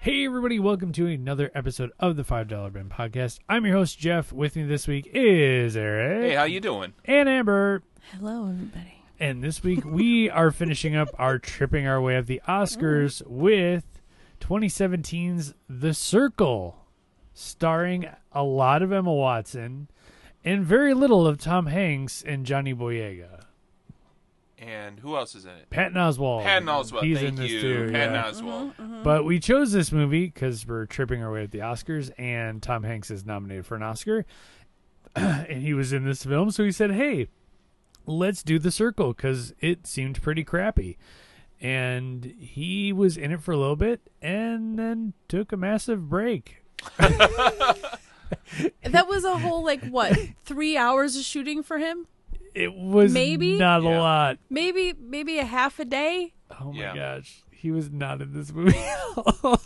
Hey, everybody, welcome to another episode of the $5 Bin Podcast. I'm your host, Jeff. With me this week is Hey, Eric how you doing? and Amber. Hello, everybody. And this week, we are finishing up our tripping our way up the Oscars with 2017's The Circle, starring a lot of Emma Watson and very little of Tom Hanks and Johnny Boyega. And who else is in it? Patton Oswald. Patton Oswalt. Oh, He's Thank in this you, too. Patton yeah. Oswalt. But we chose this movie because we're tripping our way at the Oscars, and Tom Hanks is nominated for an Oscar, and he was in this film. So he said, "Hey, let's do The Circle" because it seemed pretty crappy, and he was in it for a little bit, and then took a massive break. That was a whole like what three hours of shooting for him? It was Maybe? not a Yeah. lot. Maybe maybe a half a day. Oh my Yeah. gosh, he was not in this movie. And he's on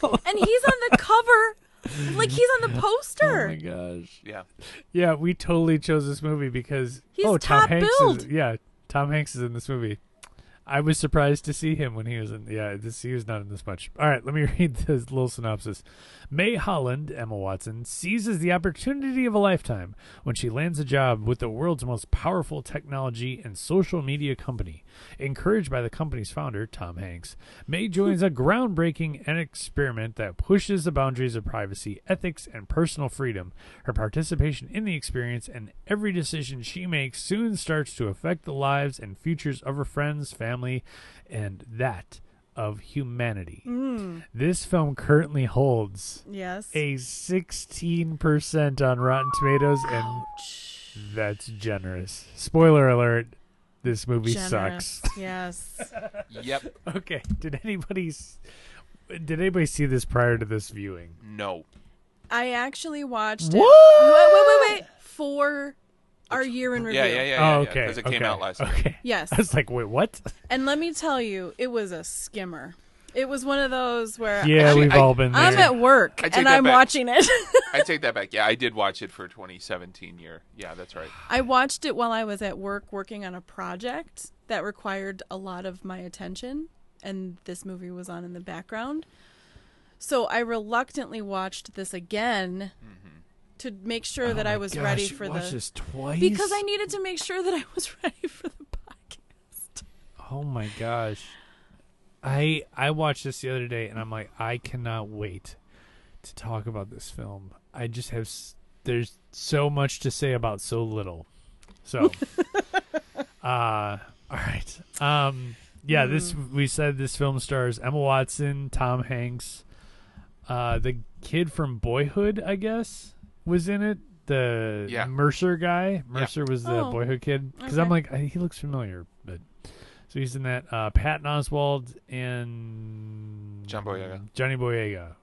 the cover, like he's on the Oh my poster. gosh. Yeah. Yeah, we totally chose this movie because He's oh, Tom top Hanks is billed. yeah, Tom Hanks is in this movie. I was surprised to see him when he was in yeah, this he was not in this much. All right, let me read this little synopsis. May Holland, Emma Watson, seizes the opportunity of a lifetime when she lands a job with the world's most powerful technology and social media company. Encouraged by the company's founder, Tom Hanks, May joins a groundbreaking an experiment that pushes the boundaries of privacy, ethics, and personal freedom. Her participation in the experience and every decision she makes soon starts to affect the lives and futures of her friends, family, and that of humanity. This film currently holds Yes. a 16% on Rotten Tomatoes, and that's generous. Spoiler alert, this movie sucks. Yes. Yep. Okay. Did anybody s- did anybody see this prior to this viewing? No. I actually watched What? it. Wait, wait, wait, wait. For our year in review. Yeah, yeah, yeah, yeah. oh, yeah, okay. Because it came okay, out last year. Okay. Yes. I was like, wait, what? And let me tell you, it was a skimmer. It was one of those where Yeah, Actually, we've I- all been there. I'm at work I take and that I'm back. watching it. I take that back. Yeah, I did watch it for 2017 year. Yeah, that's right. I watched it while I was at work working on a project that required a lot of my attention, and this movie was on in the background. So I reluctantly watched this again to make sure Oh Oh that I was ready for the twice. because I needed to make sure that I was ready for the podcast. Oh my gosh. I I watched this the other day and I'm like I cannot wait to talk about this film. I just have s- there's so much to say about so little. So uh all right. Um yeah, this Mm. we said this film stars Emma Watson, Tom Hanks, uh the kid from Boyhood, I guess, was in it. The Yeah. Mercer guy. Mercer was the Oh. Boyhood kid because I'm Okay. like I, he looks familiar, but so he's in that. Uh, Patton Oswald and John Boyega. Johnny Boyega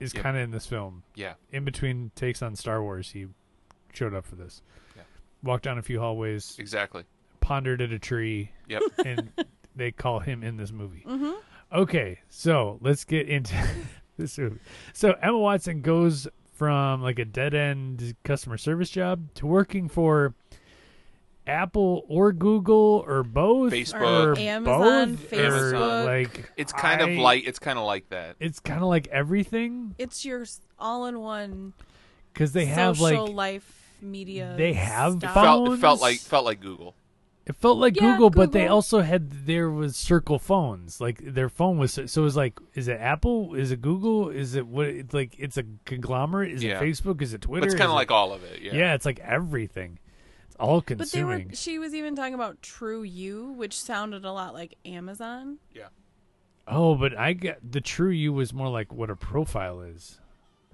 is Yep. kind of in this film. Yeah. In between takes on Star Wars, he showed up for this. Yeah. Walked down a few hallways, Exactly. pondered at a tree, Yep. and they call him in this movie. Mm-hmm. Okay, so let's get into this movie. So Emma Watson goes from like a dead end customer service job to working for Apple or Google or both Facebook. or Amazon, both, or Facebook. like It's kind I- of like it's kind of like that. it's kind of like everything It's your all-in-one because they have social like life media. they have stuff. fol- Felt, it felt phones? like felt like Google. It felt like Yeah, Google, but they Google. also had there was circle phones. Like their phone was so it was like is it Apple? Is it Google? Is it what it's like it's a conglomerate? Is Yeah. it Facebook? Is it Twitter? But it's Is kind of it- like all of it. Yeah. yeah. it's like everything. It's all But they were. consuming. She was even talking about True You, which sounded a lot like Amazon. Yeah. oh, but I get the true you was more like what a profile is.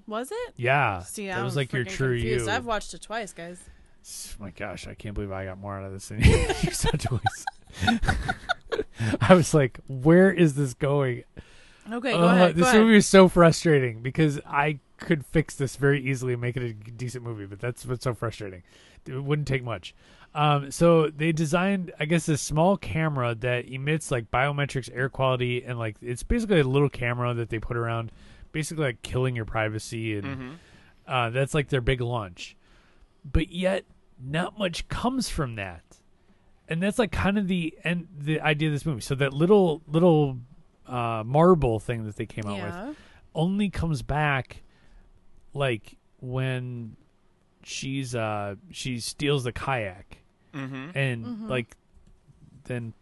Was it? Yeah. See, that I'm was like your freaking true confused. you. I've watched it twice, guys. Oh my gosh, I can't believe I got more out of this than you said twice. I was like, where is this going? Okay, go Ugh, ahead. Uh, This go ahead. movie is so frustrating because I could fix this very easily and make it a decent movie, but that's what's so frustrating. It wouldn't take much. Um, so they designed, I guess, this small camera that emits like biometrics, air quality, and like it's basically a little camera that they put around, basically like Mm-hmm. killing your privacy, and uh, that's like their big launch. But yet, not much comes from that. And that's like kind of the end the idea of this movie. So that little little uh, marble thing that they came out with yeah. only comes back like when she's uh she steals the kayak Mm-hmm. and Mhm. like then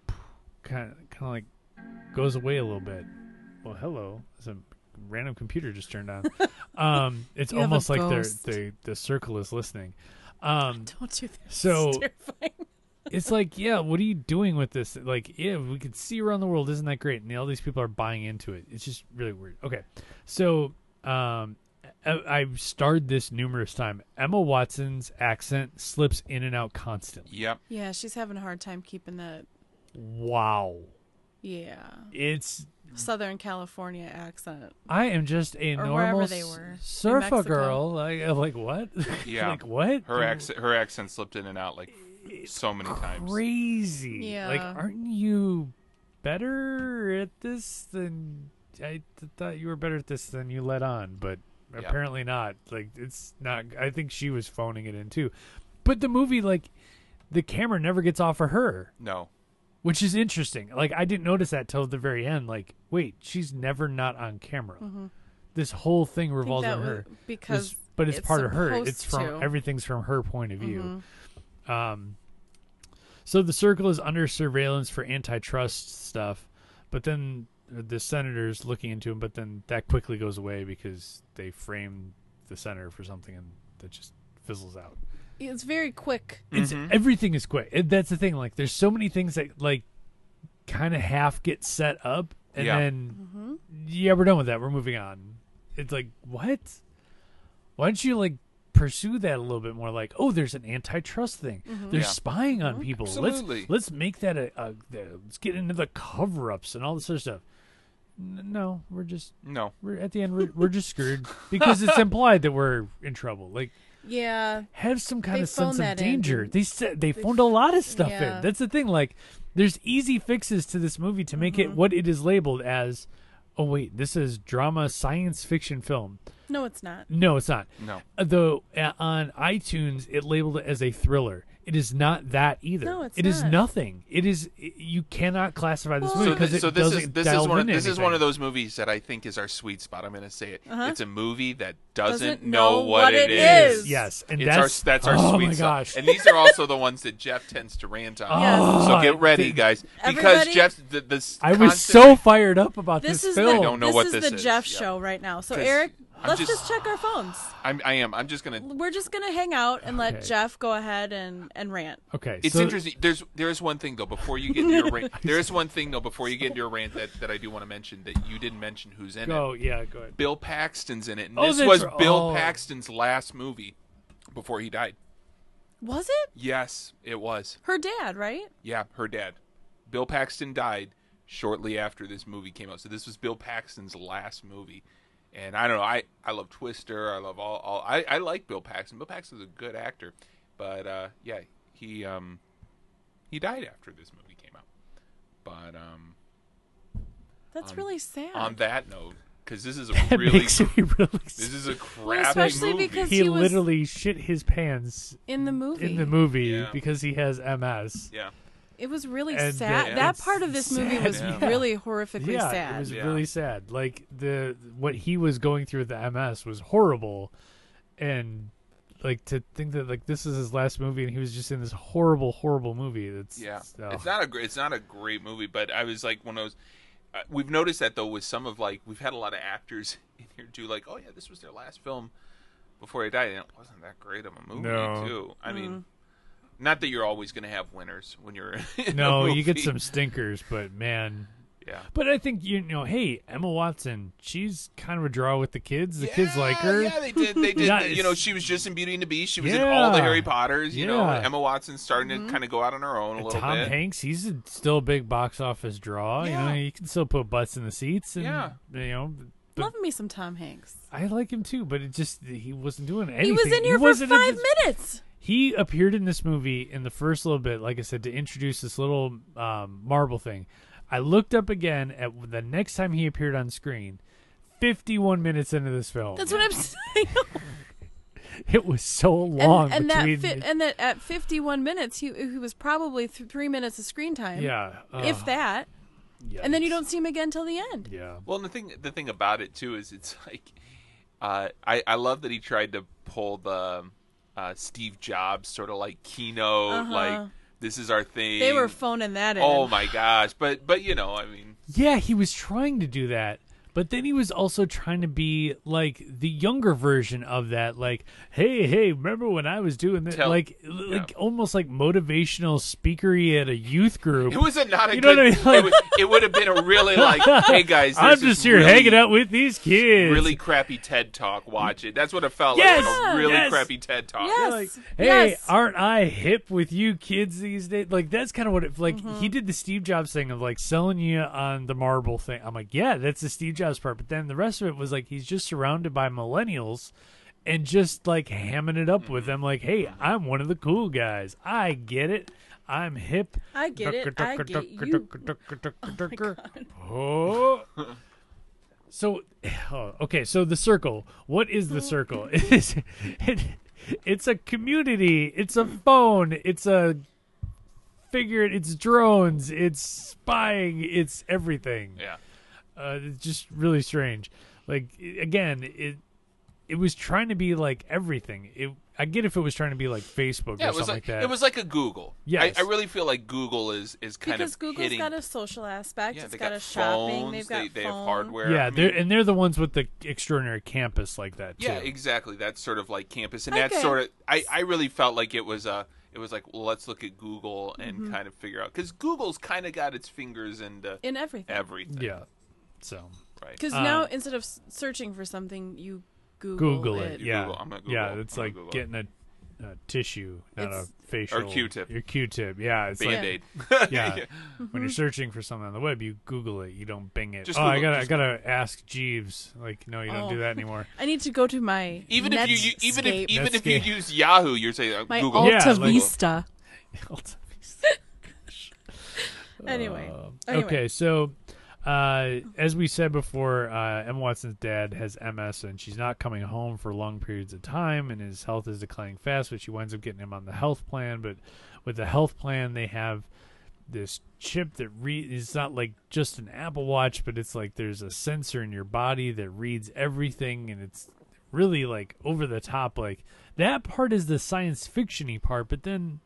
kind of kind of like goes away a little bit. Well, hello, some random computer just turned on. um, it's You have a almost like they're, ghost. they the circle is listening. Um, Don't do that. So- It's terrifying. it's like, yeah, what are you doing with this? Like, yeah, we could see around the world, isn't that great? And all these people are buying into it. It's just really weird. Okay, so um, I, I've starred this numerous time. Emma Watson's accent slips in and out constantly. Yep. yeah, she's having a hard time keeping that. Wow, Yeah, it's Southern California accent. I am just a Or normal wherever s- they were. In surfer Mexico. girl. Like, I'm like what? Yeah. like what? Her accent, her accent slipped in and out like so many times. Crazy. Like, Yeah. aren't you better at this than I th- thought you were better at this than you let on, but Yeah. apparently not. Like, it's not. I think she was phoning it in too. But the movie, like, the camera never gets off of her, No, which is interesting. Like, I didn't notice that till the very end. Like, wait, she's never not on camera. This whole thing Mm-hmm. I think revolves that on wa- her. because It's- but it's, part of her. supposed It's from to. Mm-hmm. everything's from her point of view. Um, so the circle is under surveillance for antitrust stuff, but then the senator's looking into him. But then that quickly goes away because they frame the senator for something, and that just fizzles out. It's very quick. It's Mm-hmm. everything is quick. It- that's the thing. Like there's so many things that like kind of half get set up, and Yeah. then yeah, we're done with that. We're moving on. It's like, what? Why don't you like pursue that a little bit more? Like, oh, there's an antitrust thing. They're Yeah. spying on people. Absolutely. Let's let's make that a, a, the- let's get into the cover ups and all this other stuff. N- no, we're just no. we're at the end. We're, we're just screwed because it's implied that we're in trouble. Like, Yeah, have some kind They of sense phoned of that in, danger. didn't They said they phoned a lot of stuff Yeah. in. That's the thing. Like, there's easy fixes to this movie to make Mm-hmm. it what it is labeled as. Oh wait, this is drama science fiction film. no, it's not. No, it's not. No. Uh, Though uh, on iTunes, it labeled it as a thriller. It is not that either. No, it's It is not. nothing. It is i- you cannot classify this Well- movie So, because th- it so this doesn't is this is delve one of, into this is one of anything. those movies that I think is our sweet spot. I'm going to say it. Uh-huh. It's a movie that doesn't, Doesn't know, what, it is. Yes, and it's that's our that's our oh sweet my spot. gosh. And these are also the ones that Jeff tends to rant on. Yes. So get ready, Dude, guys, because Everybody- Jeff the, this Oh, I was constant- so fired up about this, This is film. the, I don't know this what is this the is. Jeff Yeah. show right now. So 'Cause Eric, I'm let's just- just... check our phones. I'm, I am. I'm just going to. We're just gonna hang out and let Okay. Jeff go ahead and and rant. Okay, It's so- interesting. There's there is one thing though before you get into your rant. There is one thing though before you get into your rant that, that I do want to mention that you didn't mention who's in it. Go, yeah, go ahead. Bill Paxton's in it. And Oh, this that's was right. Bill Oh. Paxton's last movie before he died. Was it Yes, it was. her dad? Right? Yeah, her dad. Bill Paxton died shortly after this movie came out. So this was Bill Paxton's last movie. And I don't know, I, I love Twister, I love all, all I, I like Bill Paxton. Bill Paxton's a good actor. But uh, yeah, he um he died after this movie came out. But um That's On- really sad. on that note, because this is a That really makes me really this is a crappy especially movie. because- he, he was- literally shit his pants in the movie, in the movie Yeah. because he has MS. yeah. it was really And, uh, sad. Yeah. that it's part of this movie sad, was yeah. really horrifically yeah, sad. it was Yeah. really sad. Like the what he was going through with the MS was horrible, and like to think that like this is his last movie and he was just in this horrible, horrible movie. That's Yeah, oh. it's not a gr- it's not a great movie, but I was like one of those. Uh, we've noticed that though with some of like we've had a lot of actors in here do like, oh yeah, this was their last film before they died, and it wasn't that great of a movie No. too. I mean, not that you're always going to have winners when you're in a no, you get movie. some stinkers, but man. yeah. But I think you know, hey, Emma Watson, she's kind of a draw with the kids. The kids like her. Yeah, they did. They did. Yeah, you it's- know, she was just in Beauty and the Beast. She was in all the Yeah. Harry Potters. You know, Yeah. Emma Watson's starting to kind of go out on her own a little Tom bit. Hanks, he's a, still a big box office draw. Yeah. You know, you can still put butts in the seats, and Yeah. you know, but Love me some Tom Hanks. I like him too. But it just he wasn't doing anything. He was in here for wasn't in five this- minutes. He appeared in this movie in the first little bit, like I said, to introduce this little um, marble thing. I looked up again at the next time he appeared on screen. Fifty-one minutes into this film, That's what I'm saying. It was so And, long and that between. fit, and that at 51 minutes, he he was probably th- three minutes of screen time. yeah. if ugh, that. And then you yikes. don't see him again till the end. Yeah. Well, and the thing the thing about it too is it's like, uh, I I love that he tried to pull the uh, Steve Jobs sort of like keynote Uh-huh. like this is our thing. They were phoning that in. oh my gosh! But but you know I mean Yeah, he was trying to do that, but then he was also trying to be like the younger version of that. Like, hey, hey, remember when I was doing that? Tell- like, l- like almost like motivational speakery at a youth group. it was a not a You know good. what I mean? Like- it, was, it would have been a really like hey guys this I'm is just here really- hanging out with these kids. Really crappy TED Talk. Watch it. That's what it felt Yes! like. like. A really Yes! crappy TED Talk. Yes. like, hey, yes. aren't I hip with you kids these days? Like that's kind of what it like. Mm-hmm. He did the Steve Jobs thing of like selling you on the marble thing. I'm like, yeah, that's the Steve Jobs part. But then the rest of it was like he's just surrounded by millennials and just like hamming it up Mm-hmm. with them. Like, hey, I'm one of the cool guys. I get it. I'm hip. I get it. I get you. Oh. So, oh, okay. So the circle. What is the circle? It is. It, it's a community. It's a phone. It's a figure. It's drones. It's spying. It's everything. Yeah. Uh, it's just really strange. Like i- again, it it was trying to be like everything. It. I get if it was trying to be like Facebook or Yeah, it was something like, like, that. it was like a Google. Yes. I, I really feel like Google is is kind because of Google's hitting. got a social aspect. yeah, it's they got, got, a phones. shopping. They've got they, they have phone. hardware. yeah, I mean, they're and they're the ones with the extraordinary campus like that. yeah, too. exactly. That's sort of like campus, and Okay. that's sort of I I really felt like it was a it was like well, let's look at Google and Mm-hmm. kind of figure out because Google's kind of got its fingers into in everything. everything. Yeah. So right. Because Um, now instead of s- searching for something, you Google, Google, it. You Yeah. Google. I'm gonna Google. Yeah, it's I'm gonna like Google. getting a, a tissue, not It's- a facial Q-tip. Your Q-tip. Yeah, it's Band aid. like yeah. When you're searching for something on the web, you Google it. You don't Bing it. Just oh, I Google gotta, it, I just gotta ask Jeeves. Like, no, you don't do Oh. that anymore. I need to go to my Even if you, you even if Netscape, even if you Netscape. use Yahoo, you're saying uh, my Google. alt- Alta Yeah, like- Vista. anyway, Um, anyway. Okay, so uh, as we said before, uh, Emma Watson's dad has MS and she's not coming home for long periods of time, and his health is declining fast. But she winds up getting him on the health plan. But with the health plan, they have this chip that read it's not like just an apple watch but it's like there's a sensor in your body that reads everything and it's really like over the top like that part is the science fictiony part but then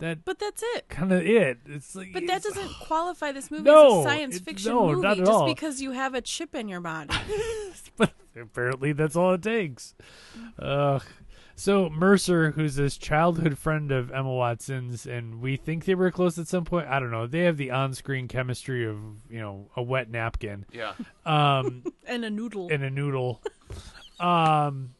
that but that's it. kind of it it's like But that it's- doesn't qualify this movie No, as a science it- fiction no, movie not at just all. because you have a chip in your body. but apparently that's all it takes. Ugh. So Mercer, who's this childhood friend of Emma Watson's, and we think they were close at some point. I don't know. They have the on-screen chemistry of you know a wet napkin Yeah. um, and a noodle. and a noodle. Um,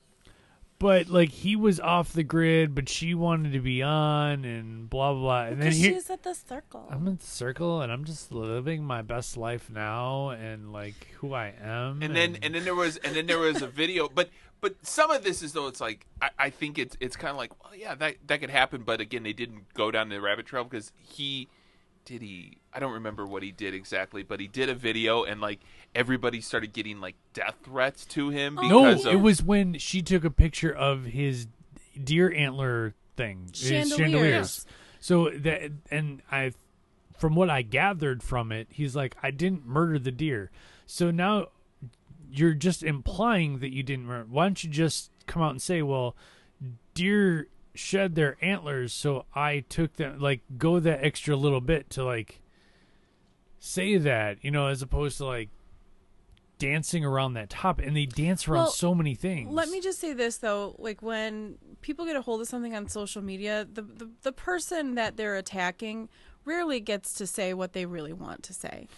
but like he was off the grid, but she wanted to be on, and blah blah. blah. And then Because here, she's at the circle. I'm in the circle, and I'm just living my best life now, and like who I am. and then and then there was and then there was a video but but some of this is though it's like i, I think it's it's kind of like well yeah that that could happen but again they didn't go down the rabbit trail because he did he i don't remember what he did exactly but he did a video and like everybody started getting like death threats to him Oh. No, because it of was when she took a picture of his deer antler thing, his Chandeliers. chandeliers. So that, and I, from what I gathered from it, he's like, I didn't murder the deer. So now you're just implying that you didn't murder. Why don't you just come out and say, well, deer shed their antlers, so I took them. Like, go that extra little bit to like say that, you know, as opposed to like dancing around that top and they dance around Well, so many things. Let me just say this though, like when people get a hold of something on social media, the, the the person that they're attacking rarely gets to say what they really want to say.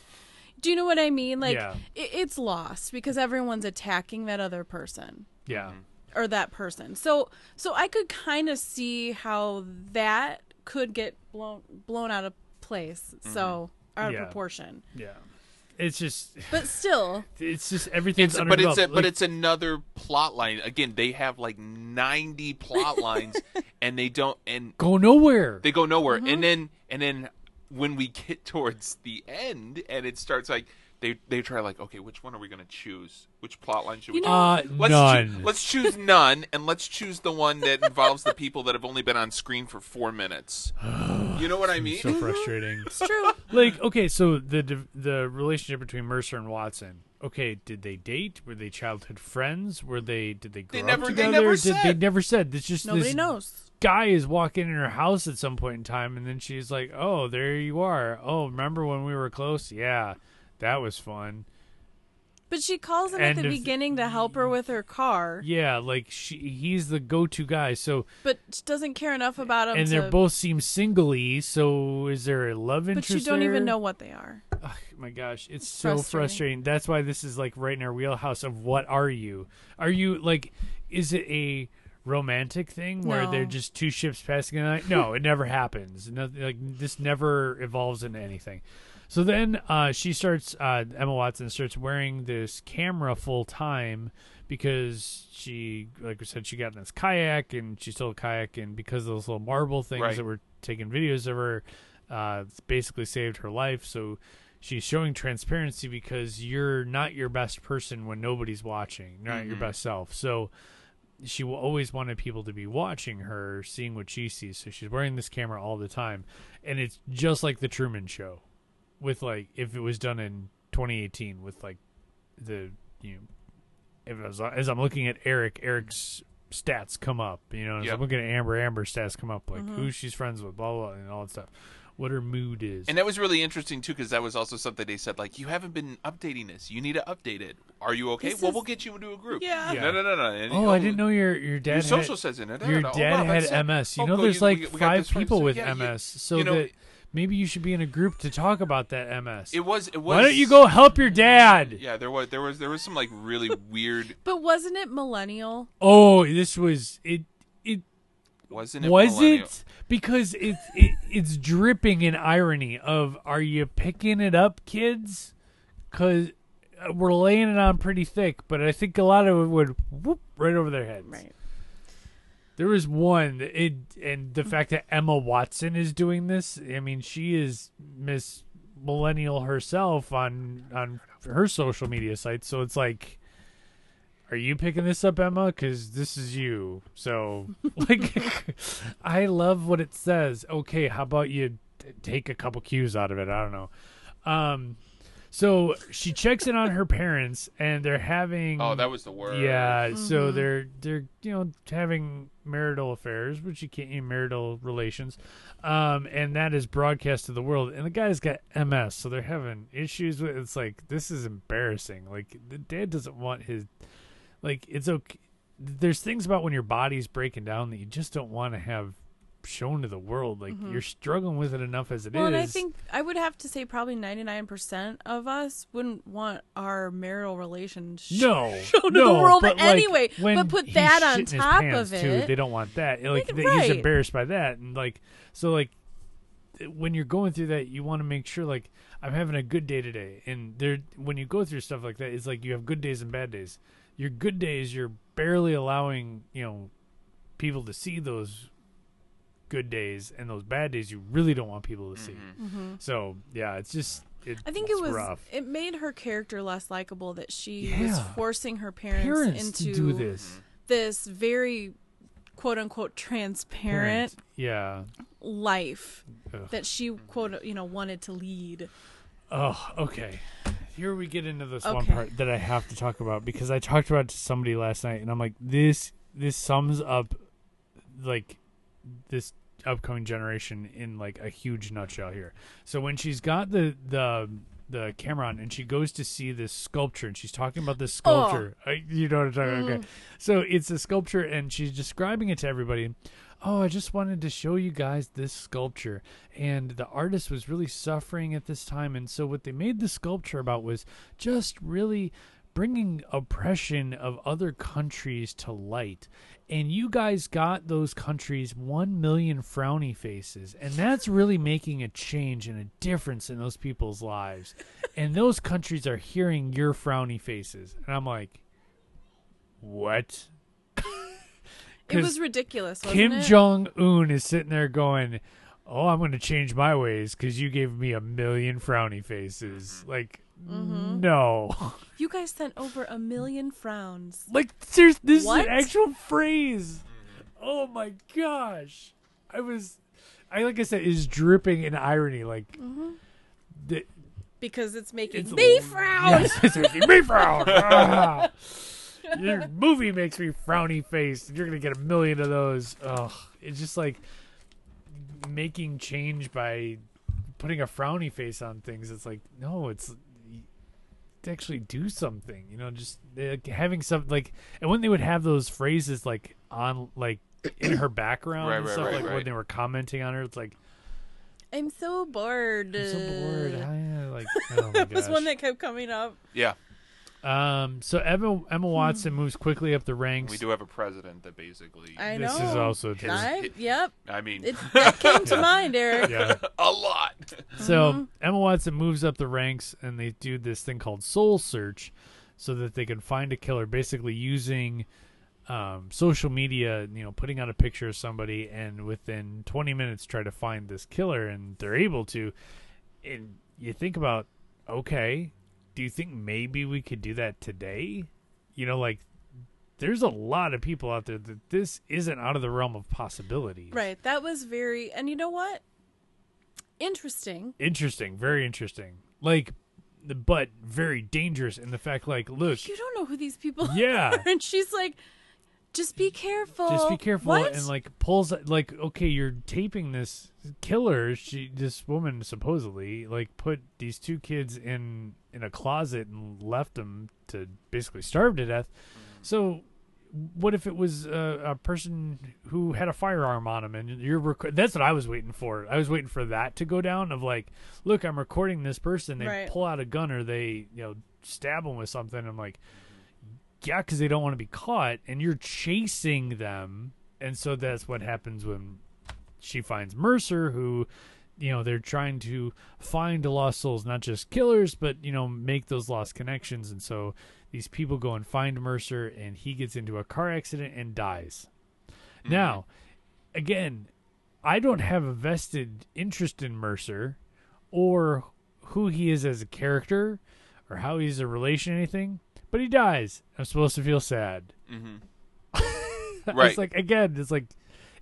Do you know what I mean? Like Yeah. it, it's lost because everyone's attacking that other person Mm-hmm. Yeah. or that person. So so I could kind of see how that could get blown blown out of place. So out Mm-hmm. of Yeah. proportion. Yeah. It's just But still, it's just everything's It's- under but the it's a, belt. but Like, it's another plot line again they have like 90 plot lines and they don't and go nowhere. they go Mm-hmm. nowhere and then and then when we get towards the end and it starts like They they try like, okay, which one are we gonna choose? Which plot line should You we? know- Uh, choose? Let's none. Choo- let's choose none, and let's choose the one that involves the people that have only been on screen for four minutes. You know what I mean? so frustrating. It's true. like okay, so the div- the relationship between Mercer and Watson. Okay, did they date? Were they childhood friends? Were they did they grow never- up they together? never did they said. never said? It's just Nobody this knows. guy is walking in her house at some point in time, and then she's like, "Oh, there you are. Oh, remember when we were close? Yeah, that was fun. But she calls him at And Mm-hmm. the if- beginning to help her with her car, Yeah, like she, he's the go-to guy. So, but she doesn't care enough about him. and to, they are both seem singly. So, is there a love But interest? you don't even there? know what they are. Ugh, my gosh, it's so frustrating. frustrating. That's why this is like right in our wheelhouse of what are you? Are you like, is it a romantic thing where No. they're just two ships passing in the night? No, it never happens. No, like this never evolves into anything. So then uh, she starts, uh, Emma Watson starts wearing this camera full time because she, like I said, she got in this kayak and she stole a kayak, and because of those little marble things Right. that were taking videos of her, uh, it's basically saved her life. So she's showing transparency because you're not your best person when nobody's watching, not your best self. So she will always wanted people to be watching her, seeing what she sees. So she's wearing this camera all the time, and it's just like the Truman Show, with like if it was done in 2018 with like the you know, if I was, as I'm looking at Eric, Eric's stats come up. You know, and as Yep. I'm looking at Amber, Amber's stats come up, like who she's friends with, blah, blah blah, and all that stuff. What her mood is. And that was really interesting too, because that was also something they said, like, you haven't been updating this. You need to update it. Are you okay? This well, is- we'll get you into a group. Yeah. Yeah. No, no, no, no. And, oh, I didn't know your your dad. Your had- social says in it. Your Oh, dad wow, had that's it. MS. You Oh, know, go, there's you- like we- we got five this right. people So, with yeah, you- MS, so you know, that maybe you should be in a group to talk about that MS. it was. It was. Why don't you go help your dad? Yeah, there was there was there was some like really weird. But wasn't it millennial? Oh, this was it. It Wasn't it? was millennial? it because it's it, it's dripping in irony of are you picking it up, kids? Because we're laying it on pretty thick, but I think a lot of it would whoop right over their heads. Right. There was one that it, and the fact that Emma Watson is doing this. I mean, she is Miss Millennial herself on on her social media sites. So it's like, are you picking this up, Emma? Because this is you. So like, I love what it says. Okay, how about you t- take a couple cues out of it? I don't know. Um, so she checks in on her parents, and they're having Oh, that was the word. yeah, Mm-hmm. so they're they're you know having marital affairs, which you can't you know, marital relations, um, and that is broadcast to the world. And the guy's got MS, so they're having issues with. It's like this is embarrassing. Like the dad doesn't want his, like it's okay. There's things about when your body's breaking down that you just don't want to have shown to the world. Like you're struggling with it enough as it is. Mm-hmm. well, and I think I would have to say probably 99% of us wouldn't want our marital relationship. no, show to the no, world but, like, anyway, when but put he's that on shitting his top pants, of too, it. They don't want that. Like Like, they- right. he's embarrassed by that, and like so, like when you're going through that, you want to make sure like I'm having a good day today. And there, when you go through stuff like that, it's like you have good days and bad days. Your good days, you're barely allowing you know people to see those good days, and those bad days, you really don't want people to see. So yeah, it's just. It, Mm-hmm. I think it's it was rough. it made her character less likable that she was Yeah. forcing her parents, parents into to do this. this very quote unquote transparent Parents. Yeah. life Ugh. that she quote you know wanted to lead. Oh, okay. Here we get into this one Okay. part that I have to talk about because I talked about it to somebody last night, and I'm like, this this sums up like this upcoming generation in like a huge nutshell here. So when she's got the the the camera on and she goes to see this sculpture and she's talking about this Oh. sculpture. I, you know what I'm talking about. Okay. So it's a sculpture and she's describing it to everybody. Oh, I just wanted to show you guys this sculpture. And the artist was really suffering at this time. And so what they made the sculpture about was just really bringing oppression of other countries to light. And you guys got those countries 1 million frowny faces. And that's really making a change and a difference in those people's lives. And those countries are hearing your frowny faces. And I'm like, what? It 'Cause was ridiculous, wasn't Kim it? Jong Un is sitting there going, "Oh, I'm going to change my ways because you gave me a million frowny faces." Like Mm-hmm. No. You guys sent over a million frowns. Like seriously, this is What? an actual phrase. Oh my gosh. I was I like I said is dripping in irony like Mm-hmm. the, because it's making It's me a- frown. yes, it's making me frown. Ah. Your movie makes me frowny faced. You're gonna get a million of those. Ugh. It's just like making change by putting a frowny face on things. It's like no, it's to actually do something. You know, just like, having some like, and when they would have those phrases like on like in her background Right, and right, stuff right, like when right. they were commenting on her, it's like I'm so bored. I'm so bored. Uh, I, like oh my That was gosh. one that kept coming up. Yeah, Um, so Emma, Emma Hmm. Watson moves quickly up the ranks. we do have a president that basically. I this know. is also true. I, yep, I mean, it that came to Yeah. mind, Eric. Yeah. a lot. So Emma Watson moves up the ranks, and they do this thing called Soul Search, so that they can find a killer. Basically, using um, social media, you know, putting out a picture of somebody, and within 20 minutes, try to find this killer, and they're able to. And you think about, okay, do you think maybe we could do that today? You know, like there's a lot of people out there that this isn't out of the realm of possibility. Right, that was very, and you know what? Interesting. interesting very interesting like but very dangerous in the fact like look You don't know who these people Yeah. are, and she's like, "Just be careful. just be careful What? and like pulls like okay you're taping this killer she this woman supposedly like put these two kids in in a closet and left them to basically starve to death so what if it was uh, a, a person who had a firearm on him and you're rec- that's what i was waiting for i was waiting for that to go down of like look i'm recording this person they Right. pull out a gun or they you know stab him with something i'm like yeah, because they don't want to be caught, and you're chasing them, and so that's what happens when she finds Mercer, who, you know, they're trying to find lost souls, not just killers, but you know, make those lost connections, and so these people go and find Mercer, and he gets into a car accident and dies. Now, again, I don't have a vested interest in Mercer or who he is as a character or how he's a relation or anything, but he dies. I'm supposed to feel sad. Right. It's like again, it's like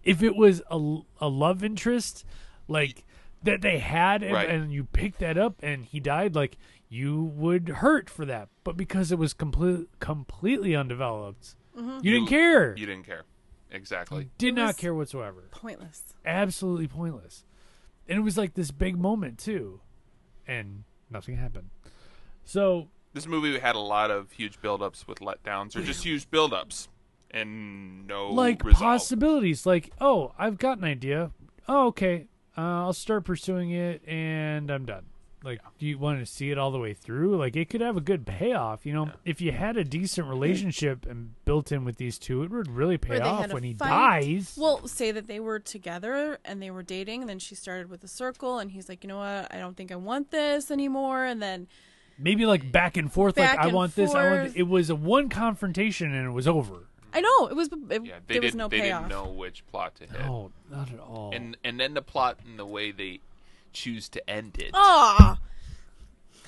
if it was a, a love interest like that they had and, Right. and you picked that up and he died like you would hurt for that. But because it was complete, completely undeveloped, you didn't care. You didn't care. Exactly. did was- not care whatsoever Pointless. absolutely pointless. And it was like this big moment too, and nothing happened. So This movie had a lot of huge buildups with letdowns, or just huge buildups, and no like resolve. possibilities, like oh, I've got an idea. Oh, okay, uh, I'll start pursuing it, and I'm done. Like, do you want to see it all the way through? Like, it could have a good payoff. You know, if you had a decent relationship and built in with these two, it would really pay Where they off had a when he fight. dies. Well, say that they were together and they were dating, and then she started with a circle, and he's like, you know what? I don't think I want this anymore. And then Maybe like back and forth. Back like, I and want this. I want. forth. Th-. It was a one confrontation, and it was over. I know it was. It, Yeah, they there was didn't. no they payoff. didn't know which plot to hit, No, not at all. and and then the plot and the way they choose to end it. Ah,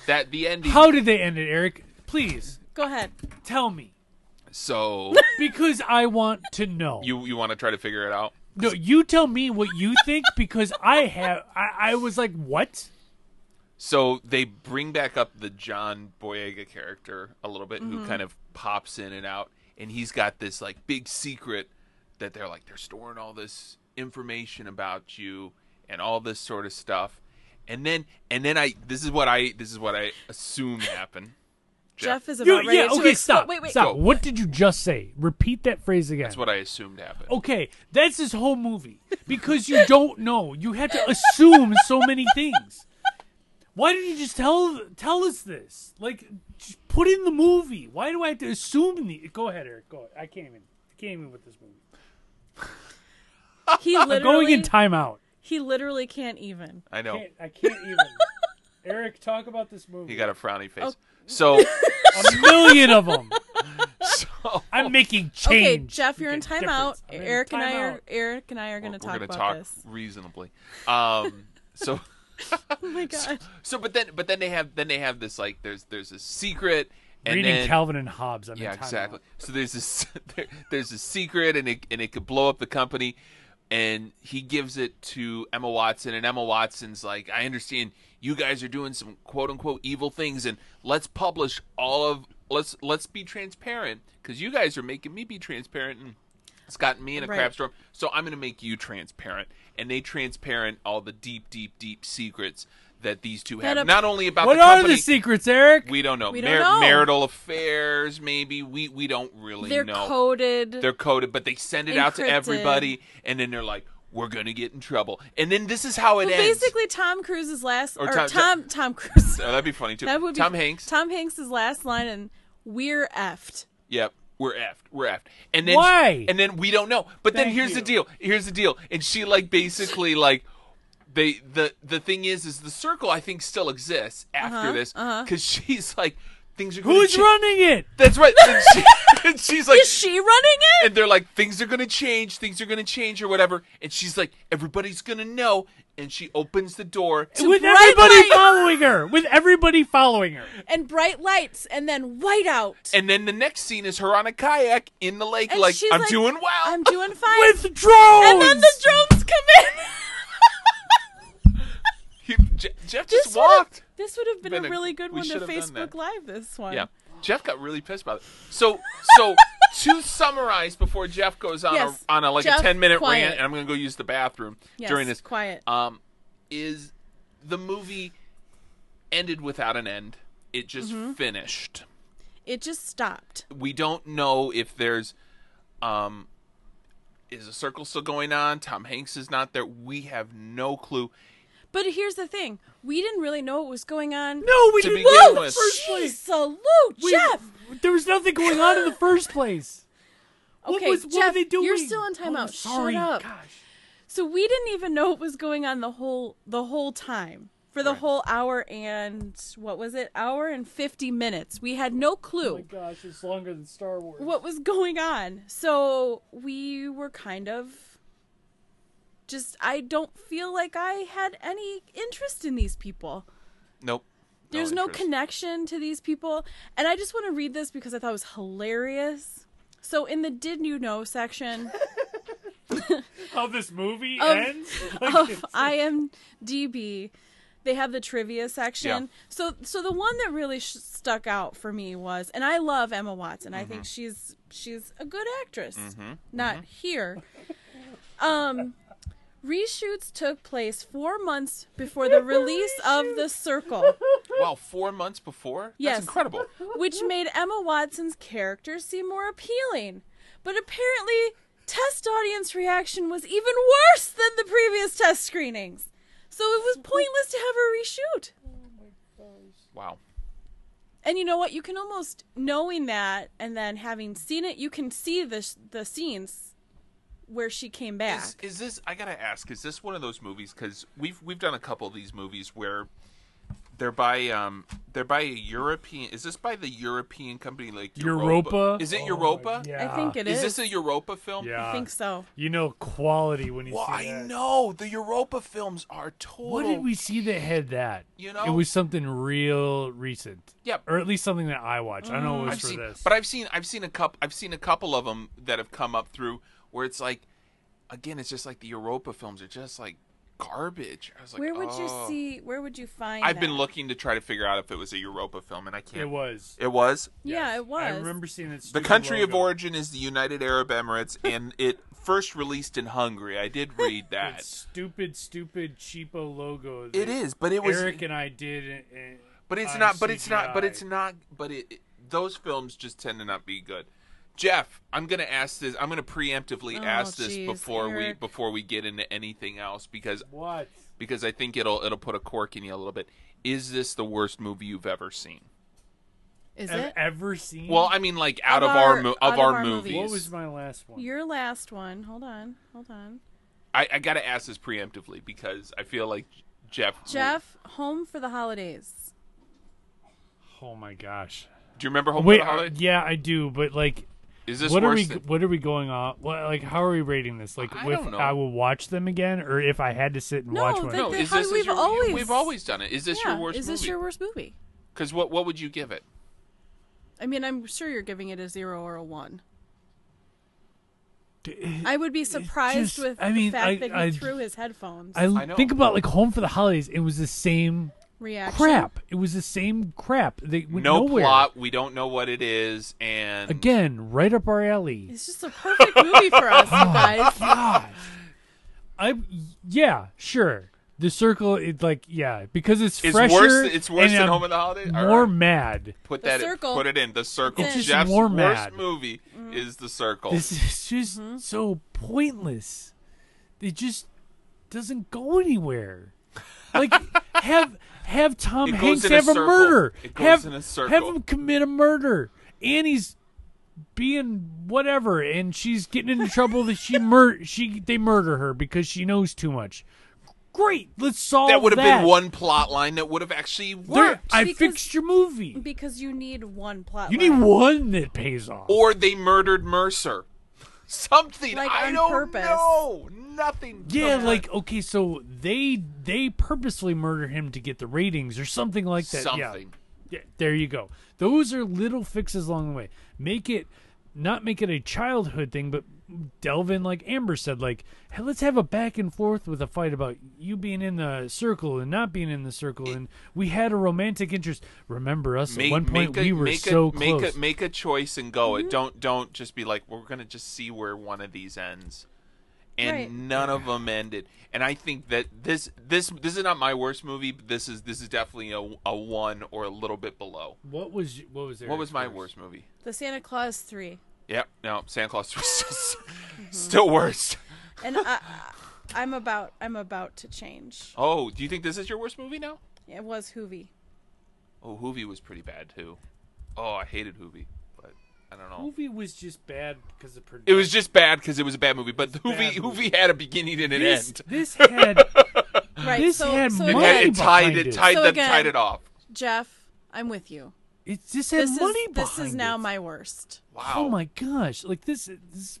That the ending. Oh. How did they end it, Eric? Please go ahead. tell me so because I want to know. you you want to try to figure it out? no, you tell me what you think because I have. I, I was like, what? So they bring back up the John Boyega character a little bit, Mm-hmm. who kind of pops in and out, and he's got this like big secret that they're like they're storing all this information about you and all this sort of stuff, and then and then I this is what I this is what I assume happened. Jeff is You- about ready yeah. to Okay. expo- Stop. Wait, wait. Stop. Go. What did you just say? Repeat that phrase again. That's what I assumed happened. okay, that's his whole movie because you don't know. You have to assume so many things. Why didn't you just tell tell us this? Like, just put in the movie. Why do I have to assume the? Go ahead, Eric. Go. I can't even. I can't even with this movie. He literally, I'm going in timeout. he literally can't even. I know I can't even. Eric, talk about this movie. he got a frowny face. Oh. So a million of them. so I'm making change. Okay, Jeff, you're in Make a timeout. difference. I'm in Eric and I are timeout. Eric and I are going to we're talk gonna about talk this. reasonably. Um, so Oh my god. So, but then, but then they have then they have this like there's there's a secret and Reading then, Calvin and Hobbes. I'm in yeah time now. exactly. So there's this there, there's a secret and it and it could blow up the company, and he gives it to Emma Watson and Emma Watson's like I understand you guys are doing some quote unquote evil things and let's publish all of let's let's be transparent because you guys are making me be transparent and it's gotten me in a Right. crap storm. So I'm going to make you transparent, and they transparent all the deep, deep, deep secrets that these two That have. up- Not only about What the are company, the secrets, Eric? we don't know. We don't Mar- know. Marital affairs, maybe we we don't really They're know. coded. they're coded, but they send it out to Encrypted. everybody, and then they're like, "We're going to get in trouble." And then this is how it well, ends. basically Tom Cruise's last Or or, Tom- Tom, Tom Cruise. oh, that'd be funny too. that would be Tom Hanks. Tom Hanks's last line and we're effed. Yep. We're effed. We're effed. And then Why? And then we don't know. But then Thank here's the you. deal. Here's the deal. And she like basically like they the the thing is is the circle I think still exists after Uh-huh, this uh-huh. because she's like things are gonna Who's cha- running it? That's right. And, she, and she's like Is she running it? and they're like things are gonna change. Things are gonna change or whatever. And she's like everybody's gonna know. And she opens the door. And With bright everybody light. following her. With everybody following her. and bright lights and then white out. and then the next scene is her on a kayak in the lake, And like she's I'm doing well. I'm doing fine. With drones. and then the drones come in. He- Je- Jeff just This would've- walked. This would have been, Been a- a really good we one to should have done that. Facebook Live this one. Yeah. Jeff got really pissed about it. So so to summarize before Jeff goes on Yes. a, on a, like Jeff, a 10 minute quiet. rant and I'm going to go use the bathroom Yes, during this quiet. um is the movie ended without an end. It just Mm-hmm. finished. It just stopped. We don't know if there's um is a circle still going on? Tom Hanks is not there. We have no clue. But here's the thing: we didn't really know what was going on. No, we To didn't begin know in the with. first Jeez, place. salute, We- Jeff. There was nothing going on in the first place. Okay, what was, what Jeff, were they doing? you're still on Oh, timeout. I'm sorry. Shut up. Gosh. So we didn't even know what was going on the whole the whole time for the Right. whole hour and what was it? Hour and fifty minutes. We had Oh no my clue gosh, it's longer than Star Wars. what was going on. So we were kind of just. I don't feel like I had any interest in these people. Nope. There's no interest. connection to these people. And I just want to read this because I thought it was hilarious. So in the did you know section How this movie Of- ends? Like, of IMDb, they have the trivia section. So so the one that really sh- stuck out for me was and I love Emma Watson. I Mm-hmm. think she's she's a good actress. Not here. Um reshoots took place 4 months before the release of The Circle. Wow, 4 months before? Yes. That's incredible. which made Emma Watson's character seem more appealing. But apparently, test audience reaction was even worse than the previous test screenings. So it was pointless to have her reshoot. Wow. And you know what? You can almost knowing that and then having seen it, you can see the the scenes where she came back. Is, is this? I gotta ask. Is this one of those movies? Because we've we've done a couple of these movies where they're by um they're by a European. Is this by the European company like Europa? Europa? Is it Oh, Europa? yeah. I think it Is is. this a Europa film? Yeah. I think so. You know quality when you Well, see I that. know the Europa films are total. What did we see that had that? You know? it was something real recent. Yep. Mm-hmm. or at least something that I watched. I don't know what it was I've for seen, this. but I've seen I've seen a couple I've seen a couple of them that have come up through where it's like, again, it's just like the Europa films are just like garbage. I was like, Where would oh. you see? Where would you find? I've been that? looking to try to figure out if it was a Europa film, and I can't. it was. It was. Yeah, Yes. it was. I remember seeing it. The country of origin is the United Arab Emirates, and it first released in Hungary. I did read that. Stupid, stupid cheapo logo. it that is, but it was. Eric and I did. it- it- but it's on not. But it's not. But CGI. it's not. But it, it- Those films just tend to not be good. Jeff, I'm gonna ask this. I'm gonna preemptively Oh, ask this jeez, before we Eric. before we get into anything else because What? because I think it'll it'll put a cork in you a little bit. Is this the worst movie you've ever seen? Is I've it ever seen? Well, I mean, like out of, Of our, our- mo- out of of our, our movies. movies. what was my last one? your last one? Hold on, hold on. I, I got to ask this preemptively because I feel like Jeff. Jeff, home for the holidays. oh my gosh. do you remember Home Wait, for the uh, Holidays? yeah, I do, but like, Is this what are worse we? than- What are we going off? What, like, how are we rating this? Like, I if don't know. I will watch them again, or if I had to sit and No, watch one. they- no, Like, is how- this is we've your, always- we've always done it. Is this yeah. your worst Is movie? this your worst movie? Because what what would you give it? I mean, I'm sure you're giving it a zero or a one. I would be surprised eh, just- with I mean, the fact I- that he I- threw his headphones. I, I know. think about like Home for the Holidays. It was the same reaction. crap. It was the same crap. They went No nowhere. plot. We don't know what it is, and Again, right up our alley. It's just a perfect movie for us, you guys. Gosh. I yeah, sure. The circle, it's like yeah, because it's, it's fresher. worse. It's worse and than I'm Home of the Holiday. All More right. mad. Put The that. Circle. Mm-hmm. In, put it in the circle. It's just Jeff's more worst mad. movie is the circle. This is just so pointless. It just doesn't go anywhere. Like have have Tom It goes Hanks in a have a, circle. murder. It goes have, in a have circle. him commit a murder. Annie's being whatever, and she's getting into trouble that she mur she they murder her because she knows too much. Great, let's solve that would have been that. one plot line that would have actually There- worked. I Because- fixed your movie. Because you need one plot. You need line. one that pays off. or they murdered Mercer. Something Like, I on don't purpose. know. Nothing. Yeah, Come on. like okay, so they they purposely murder him to get the ratings or something like that. Yeah. something. Yeah, there you go. Those are little fixes along the way. Make it not make it a childhood thing, but delve in like Amber said, like hey, let's have a back and forth with a fight about you being in the circle and not being in the circle, and we had a romantic interest. Remember us at one point? we were make so a, make close. Mm-hmm. a make a choice and go it. Don't don't just be like we're gonna just see where one of these ends, and Right. none of them ended. And I think that this this this is not my worst movie. But this is this is definitely a, a one or a little bit below. what was y- what was there? What was my worst movie? the Santa Claus three, Yep, no, Santa Claus was still, Mm-hmm. still worst. and I, I'm about I'm about to change. Oh, do you think this is your worst movie now? It was Hoovy. Oh, Hoovy was pretty bad too. Oh, I hated Hoovy, but I don't know. movie was just bad because of production. It was just bad because it was a bad movie. But Hoovy bad movie. Hoovy had a beginning and an this, end. this had Right. This so, had so money. It, again, had, it tied behind it, it. tied So them, again- tied it off. Jeff, I'm with you. It just had This is money this is behind now it. my worst. Wow. Oh my gosh! Like this, this.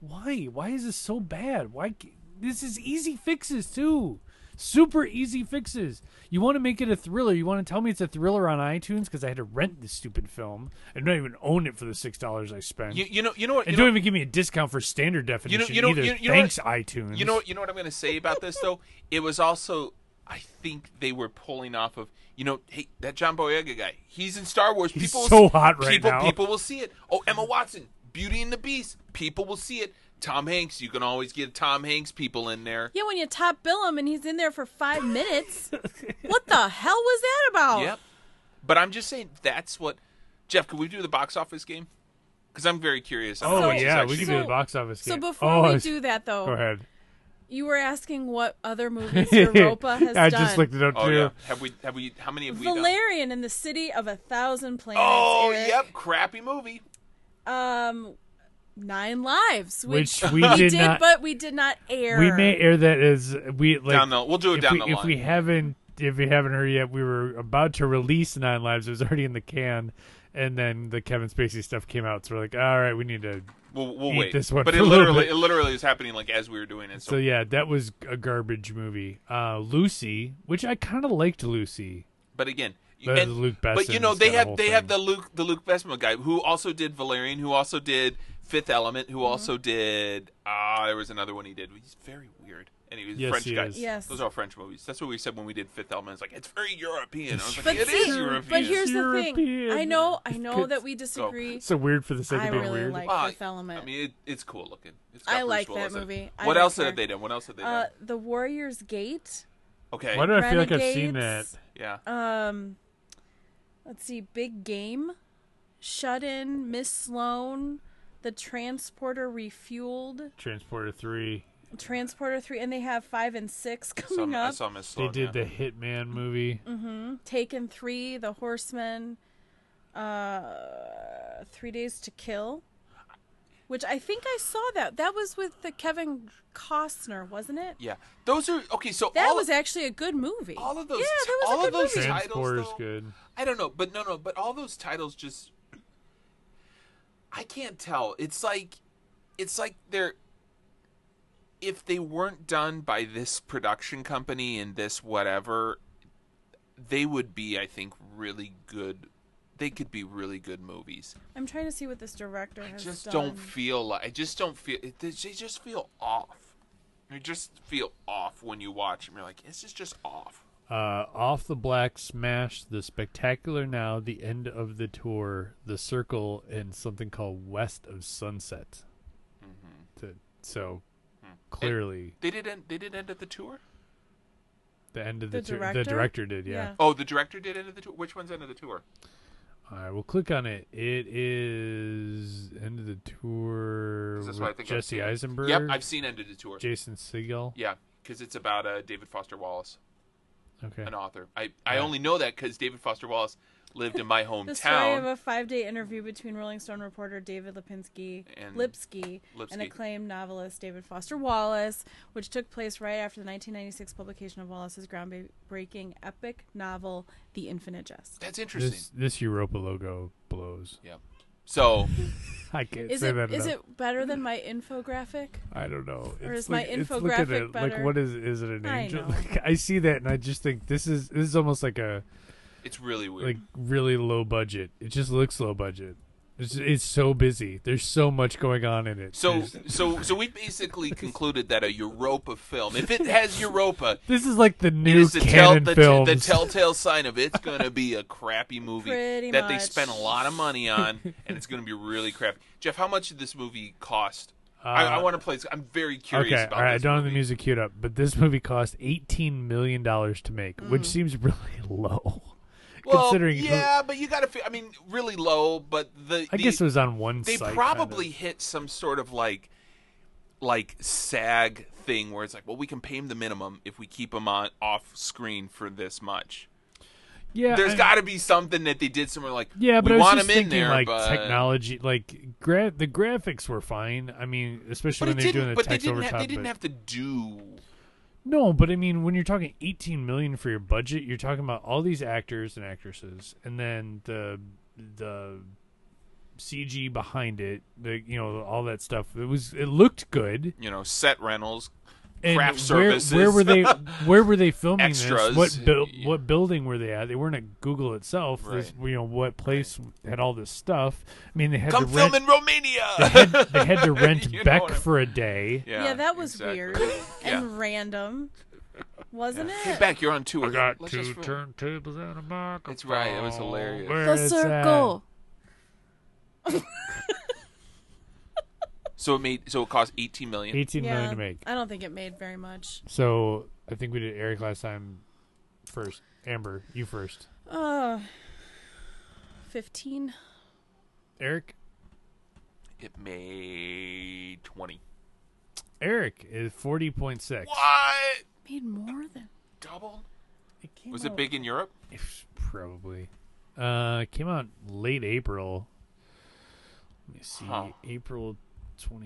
Why? Why is this so bad? Why? ca- This is easy fixes too. Super easy fixes. You want to make it a thriller? You want to tell me it's a thriller on iTunes because I had to rent this stupid film and not even own it for the six dollars I spent. You, you know you know what and you don't know, even give me a discount for standard definition you know- either. you- you know Thanks, what- iTunes. you know you know what I'm going to say about this though. It was also I think they were pulling off of you know hey that John Boyega guy. He's in Star Wars. He's people will so see- hot right people, now. People will see it. Oh Emma Watson, Beauty and the Beast. People will see it. Tom Hanks. You can always get Tom Hanks people in there. Yeah, when you top bill him and he's in there for five minutes. what the hell was that about? Yep. But I'm just saying that's what Jeff. Could we do the box office game? Because I'm very curious. on Oh how much is yeah, we actually- can do the So- box office. So game. before oh, I we was- do that, though, go ahead. you were asking what other movies Europa has I done. just looked it up Oh too. yeah. Have we? Have we? How many have we done? Valerian in the City of a Thousand Planets. Oh, Eric. yep, crappy movie. Um, Nine Lives, which, Which we did not- but we did not air. We may air that as we like down the, we'll do it if down we, the if line. we haven't if we haven't heard yet, we were about to release Nine Lives. It was already in the can, and then the Kevin Spacey stuff came out. So we're like, all right, we need to. we'll we'll eat wait. this one but for it a little literally, bit. it literally is happening like as we were doing it. So, So yeah, that was a garbage movie. Uh, Lucy, which I kind of liked Lucy. but again, you- That is Luke but you know Besson's they got a have whole they have thing. the Luke the Luke Besson guy who also did Valerian, who also did Fifth Element, Mm-hmm. who also did ah there was another one he did. He's very weird. And he was a Yes, French he guy. is. Yes. Those are all French movies. That's what we said when we did Fifth Element. It's like it's very European. I was but like, it is see, European. but here's the thing. European. I know, I know It's- that we disagree. So weird for the sake I of being really weird. like Well, Fifth Element. I mean, it, it's cool looking. It's got I Bruce like that Willis in it. movie. I What don't else care. have they done? What else have they uh, done? the Warrior's Gate. Okay. Why do I feel like I've seen that? Renegades. yeah. Um, let's see, Big Game, Shut In, Miss Sloan, The Transporter Refueled, Transporter Three. Transporter Three, and they have five and six So coming I up. saw Miss Sloan. They did Oh, yeah. the Hitman movie. Mm-hmm. Taken Three, The Horseman, uh, Three Days to Kill. Which I think I saw that. That was with the Kevin Costner, wasn't it? Yeah, those are okay. So That all was of, actually a good movie. all of those. Yeah, that was all a of good those movie. titles. Transporter's though, good. I don't know, but no, no, but all those titles just. I can't tell. It's like it's like they're if they weren't done by this production company and this whatever, they would be I think really good. They could be really good movies. I'm trying to see what this director I has just done. don't feel like I just don't feel it, they they just feel off. You just feel off when you watch them. You're like, this is just off. Uh, Off the Black, Smash, The Spectacular Now, The End of the Tour, The Circle, and something called West of Sunset. Mm-hmm. To, so Hmm. clearly, They did end. They did end of the tour. the end of the, The tour. director? The director did, yeah. Yeah. Oh, the director did end of the tour. Which one's end of the tour? All right, we'll click on it. It is End of the Tour. 'Cause That's with what I think. I've Jesse seen. Eisenberg. Yep, I've seen end of the tour. Jason Segel. Yeah, because it's about uh, David Foster Wallace, Okay. an author. I, I Yeah. only know that because David Foster Wallace lived in my The story of hometown. a five-day interview between Rolling Stone reporter David Lipinski, And- Lipsky, and Lipsky. acclaimed novelist David Foster Wallace, which took place right after the 1996 publication of Wallace's groundbreaking epic novel, The Infinite Jest. That's This interesting. this Europa logo blows. Yeah. So I can't Is say it that is enough. it better than my infographic? I don't know. Or It's is my like, it's- look at infographic it, Like better? what is is it an I angel? know. Like, I see that and I just think this is this is almost like a it's really weird. like really low budget. It just looks low budget. It's it's so busy. There's so much going on in it. so There's- so so we basically concluded that a Europa film, if it has Europa, this is like the it new is the, tell, canon the, films. the telltale sign of it's going to be a crappy movie Pretty that they much. spent a lot of money on, and it's going to be really crappy. Jeff, how much did this movie cost? I, I Uh, want to play. I'm very curious Okay, about all right. I this don't have the movie. music queued up, but this movie cost eighteen million dollars to make, Mm. which seems really low, Well, considering. yeah, but you got to. feel I mean, really low, but the I the- guess it was on one they site. kind of. probably hit some sort of like like SAG thing where it's like, well, we can pay him the minimum if we keep him on off screen for this much. Yeah, There's I- got to be something that they did somewhere like, Yeah, but we I was want just him in thinking there, like but technology, like gra- the graphics were fine. I mean, especially But it when they're doing didn't. the But they text didn't. over Have, top. they didn't but- have to do. no, but I mean, when you're talking 18 million for your budget, you're talking about all these actors and actresses, and then the the CG behind it, the you know all that stuff. It was it looked good. You know, set rentals, And craft where, services. Where were they? Where were they filming Extras. this? What buil- Yeah. What building were they at? They weren't at Google itself. This, Right. you know, what place had all this stuff? I mean, they had Come to film rent in Romania. they had to rent You know Beck what I- for a day. Yeah, that was exactly. weird Yeah. and random, wasn't Hey, it? Beck, you're on tour. I got Let's two just- turntables and a microphone. That's right, it was hilarious. Where the is circle. So it made. So it cost 18 that? million. 18 million Yeah, to make. I don't think it made very much. So I think we did Eric last time first. Amber, you first. Uh, 15. Eric. It made 20. Eric is 40.6. What? Made more than. Double? It came Was it Oh. out- big in Europe? Probably. Uh, it came out late April. Let me see. Huh. April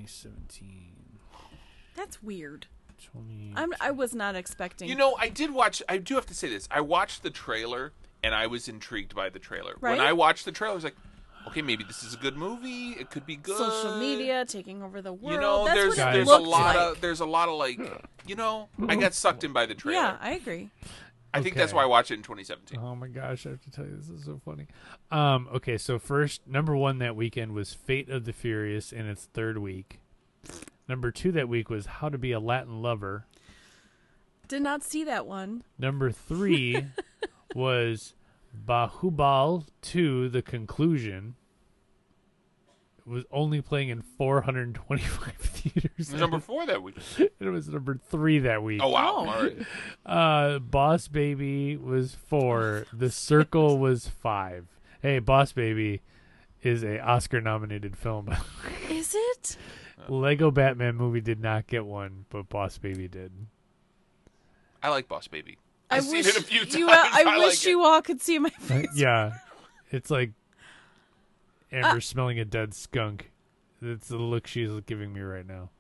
2017. That's weird. 20. I'm, I was not expecting. You know, I did watch. I do have to say this. I watched the trailer and I was intrigued by the trailer. When Right? I watched the trailer, I was like, okay, maybe this is a good movie. It could be good. social media taking over the world. You know, there's That's what it there's a looked lot like. of there's a lot of like, you know, I got sucked in by the trailer. Yeah, I agree. I think that's Okay. why I watched it in 2017. Oh my gosh, I have to tell you, this is so funny. Um, okay, so first, number one that weekend was Fate of the Furious in its third week. Number two that week was How to Be a Latin Lover. Did not see that one. Number three was Bahubal 2 The Conclusion. It was only playing in 425 It theaters. was number four that week. it was number three that week. Oh wow! Oh. Oh. All right. Uh, Boss Baby was four. The Circle was five. Hey, Boss Baby is a Oscar-nominated film. Is it? Lego Batman movie did not get one, but Boss Baby did. I like Boss Baby. I I've seen wish it a few you. uh, times. I, I wish like you all could see my face. yeah, it's like Amber smelling a dead skunk. That's the look she's giving me right now.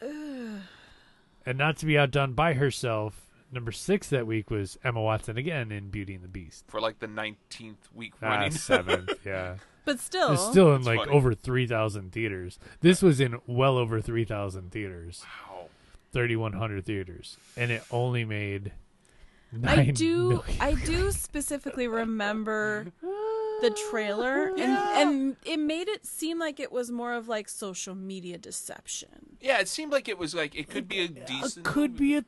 and not to be outdone by herself, Number six that week was Emma Watson again in Beauty and the Beast. for like the nineteenth week Ah, running. seventh, yeah. But still, It's still in That's like funny. over 3,000 theaters. This was in well over 3,000 theaters, Wow. 3,100 theaters. And it only made nine I do million. I do specifically remember the trailer and and it made it seem like it was more of like social media deception. Yeah, it seemed like it was like it could be a It decent. could movie. be a,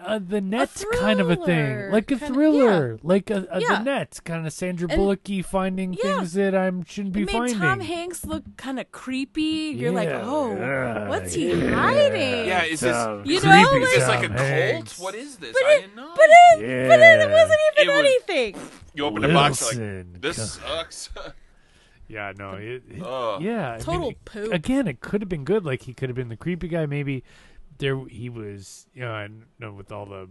uh, the net kind of a thing, thriller, like a kinda- thriller, like a, a Yeah. the net kind of Sandra And- Bullocky finding Yeah. things that I shouldn't be It made finding. Tom Hanks look kind of creepy. You're like, Yeah. "Oh, Yeah. what's he hiding?" Yeah, is this Tom. you know, creepy is like, this Tom like a Hanks. cult? What is this? but I it, didn't know. but it, but it, it Yeah. wasn't even It was- anything. you open the box you're Wilson, like this God. sucks. Yeah, no, it, it- Ugh. yeah, I mean, Total it- poop. Again, it could have been good. Like he could have been the creepy guy. Maybe there he was. You know, I know with all the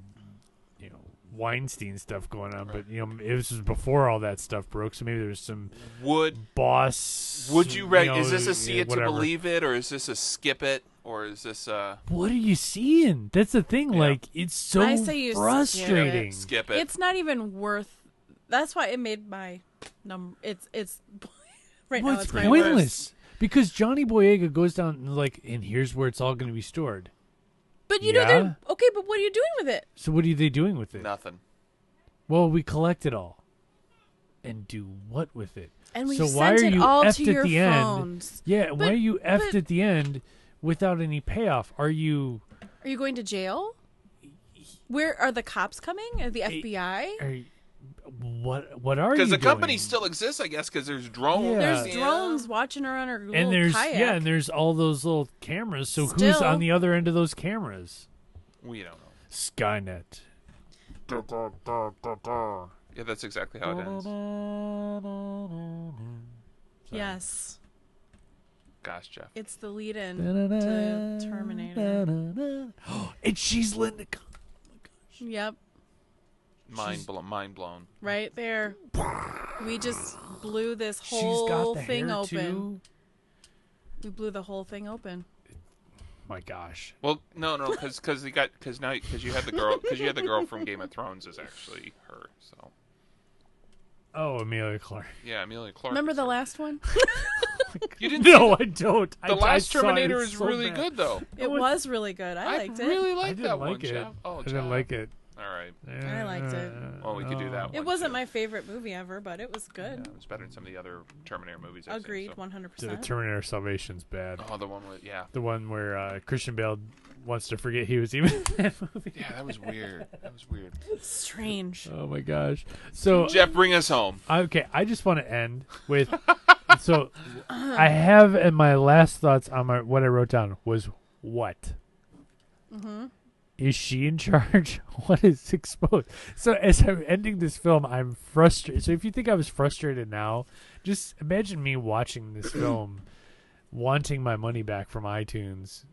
you know Weinstein stuff going on, but you know it was before all that stuff broke. So maybe there was some Would boss. would you rec- is know, this a see yeah, it whatever. to believe it or is this a skip it or is this a What are you seeing? That's the thing. Yeah. Like it's so I say you skip it. frustrating. skip it? It's not even worth That's why it made my number it's it's right Well, now it's it's my pointless. worst. pointless because Johnny Boyega goes down and like, and here's where it's all going to be stored. But you Yeah. know they're okay, but what are you doing with it? So what are they doing with it? Nothing. Well, we collect it all. And do what with it? And we so sent why are it you all effed to at your the phones. end? Yeah, why But- are you effed but- at the end without any payoff? Are you? Are you going to jail? Where are the cops coming? Are the FBI? Are you what? What are you? Because the company doing? still exists, I guess, because there's drones. Yeah. There's drones watching her on her little and there's kayak. yeah, and there's all those little cameras. So who's Still- on the other end of those cameras? We don't know. Skynet. Yeah, that's exactly how it ends. yes, Gosh, Jeff. it's the lead-in to Terminator. Terminator. and she's Linda. Con- Yep, Mind blown. Mind blown. right there. We just blew this She's got whole the thing hair open. too. We blew the whole thing open. My gosh. Well, no, no, because because they got because now because you had the girl because you had the girl from Game of Thrones is actually her. So Oh, Amelia Clark. yeah, Amelia Clark. Remember is the her. last one? You didn't. No, I don't. I- The I last saw it. Terminator It's is so really bad. good though. It was- was really good. I liked it. really I liked didn't that like one, it. Jeff. Oh, I didn't like it. All right. I liked it. Well, we could do that It one, wasn't too. my favorite movie ever, but it was Yeah, good. it was better than some of the other Terminator movies. I've Uh, Agreed, Seen, so. one hundred The percent. Terminator Salvation's bad. Oh, the one with yeah, The one where uh, Christian Bale wants to forget he was even in that movie. yeah, that was weird. That was weird. Strange. Oh my gosh. So Jeff, bring us home. okay, I just want to end with. so I have, and my last thoughts on my what I wrote down was what. Mm-hmm. Is she in charge? What is exposed? So as I'm ending this film, I'm frustrated. So if you think I was frustrated now, just imagine me watching this film, wanting my money back from iTunes.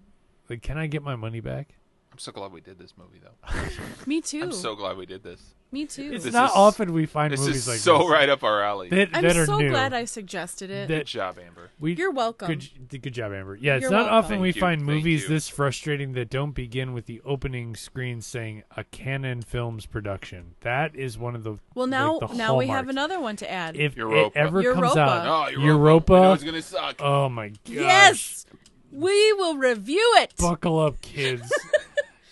Like, can I get my money back? I'm so glad we did this movie though. Me too. I'm so glad we did this. Me too. It's This not is- often we find This movies is like so this right up our alley. that, I'm that are so new. glad I suggested it. That- Good job, Amber. We, You're welcome. Good, j- good job, Amber. Yeah, it's You're not welcome. often we Thank you, find thank movies you. this frustrating that don't begin with the opening screen saying a Canon Films production. That is one of the well, now like, the now we have hallmarks. another one to add. If Europa. it ever comes Europa. out, Oh, Europa. I know it's gonna suck. oh my gosh! yes, we will review it. buckle up, kids,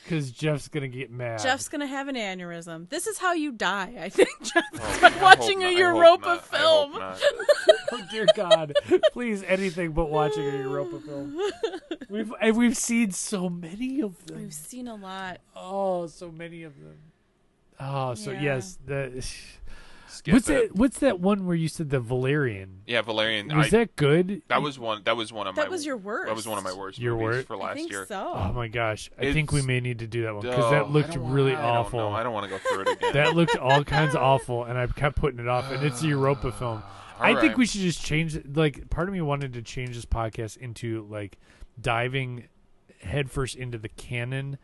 because Jeff's gonna get mad. Jeff's gonna have an aneurysm. This is how you die, I think. Jeff, by Oh, I hope watching not. a I hope Europa not. I hope film. not. oh dear God! Please, anything but watching a Europa film. We've and we've seen so many of them. We've seen a lot. Oh, so many of them. Oh, so Yeah. yes, the. Skip what's it. that? What's that one where you said the Valerian? Yeah, Valerian. Was I, that, that good? was one. That was one of my. That was your That was one of my worst. worst. Your movies wor- for I last think year. so. Oh my gosh! I think we It's- may need to do that one Oh, because that I looked don't really wanna- awful. I don't, know. I don't want to go through it again. That looked all kinds of awful, and I kept putting it off. And it's a Europa film. I think right. we should just change. it- Like, part of me wanted to change this podcast into like diving headfirst into the canon,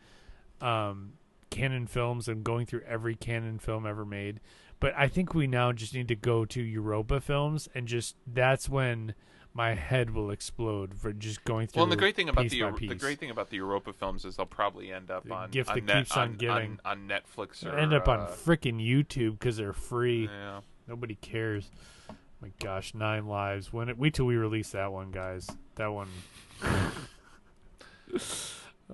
um, canon films, and going through every canon film ever made. But I think we now just need to go to Europa films, and just that's when my head will explode for just going through. Well, and the great thing about piece the by Euro- the piece. great thing about the Europa films is they'll probably end up The on gift on that Net- keeps on giving. on, on Netflix or end up on uh, frickin' YouTube because they're free. yeah. Nobody cares. My gosh, Nine Lives. When it, wait till we release that one, guys. That one.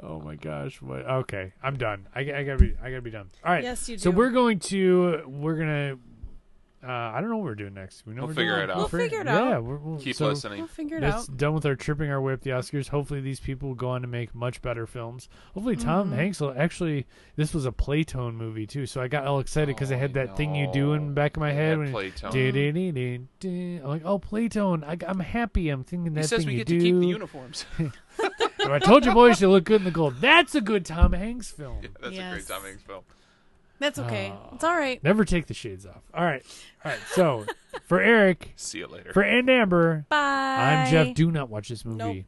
oh my gosh. What? Okay, I'm done. I, I gotta be. I gotta be done. All right. Yes, you So do. we're going to. We're gonna. Uh, I don't know what we're doing next. We know We'll we're figure doing- it out. We'll figure it Yeah, out. we're, we'll, Keep so listening. We'll figure it That's out. done with our tripping our way up the Oscars. Hopefully, these people go on to make much better films. Hopefully, Mm-hmm. Tom Hanks will actually. This was a Playtone movie too, so I got all excited because I Oh, had I that thing you do in the know. back of my Yeah, head when Playtone. Dun-dun-dun-dun. I'm like, oh, Playtone. I, I'm happy. I'm thinking that He says thing we you get do. to keep the uniforms. Or I told you, boys, you look good in the gold. That's a good Tom Hanks film. Yeah, That's a great Yes. Tom Hanks film. That's okay. Ah. It's all right. Never take the shades off. All right, all right. So, for Eric, See you later. for and Amber, Bye. I'm Jeff. Do not watch this Nope. movie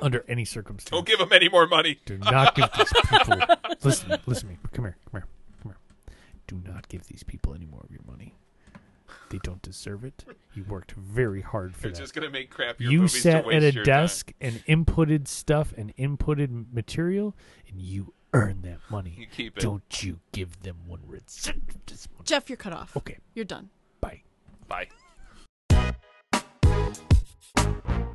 under any circumstance. Don't give him any more money. Do not give these people. Listen, listen to me. Come here, come here, come here. Do not give these people any more of your money. They don't deserve it. You worked very hard for They're that. just gonna make crap. Your you movies to sat at waste a your desk and inputted stuff and inputted material, and you earned that money. You keep it. Don't you give them one receipt of this money. Jeff, you're cut off. Okay, You're done. bye. Time. Bye.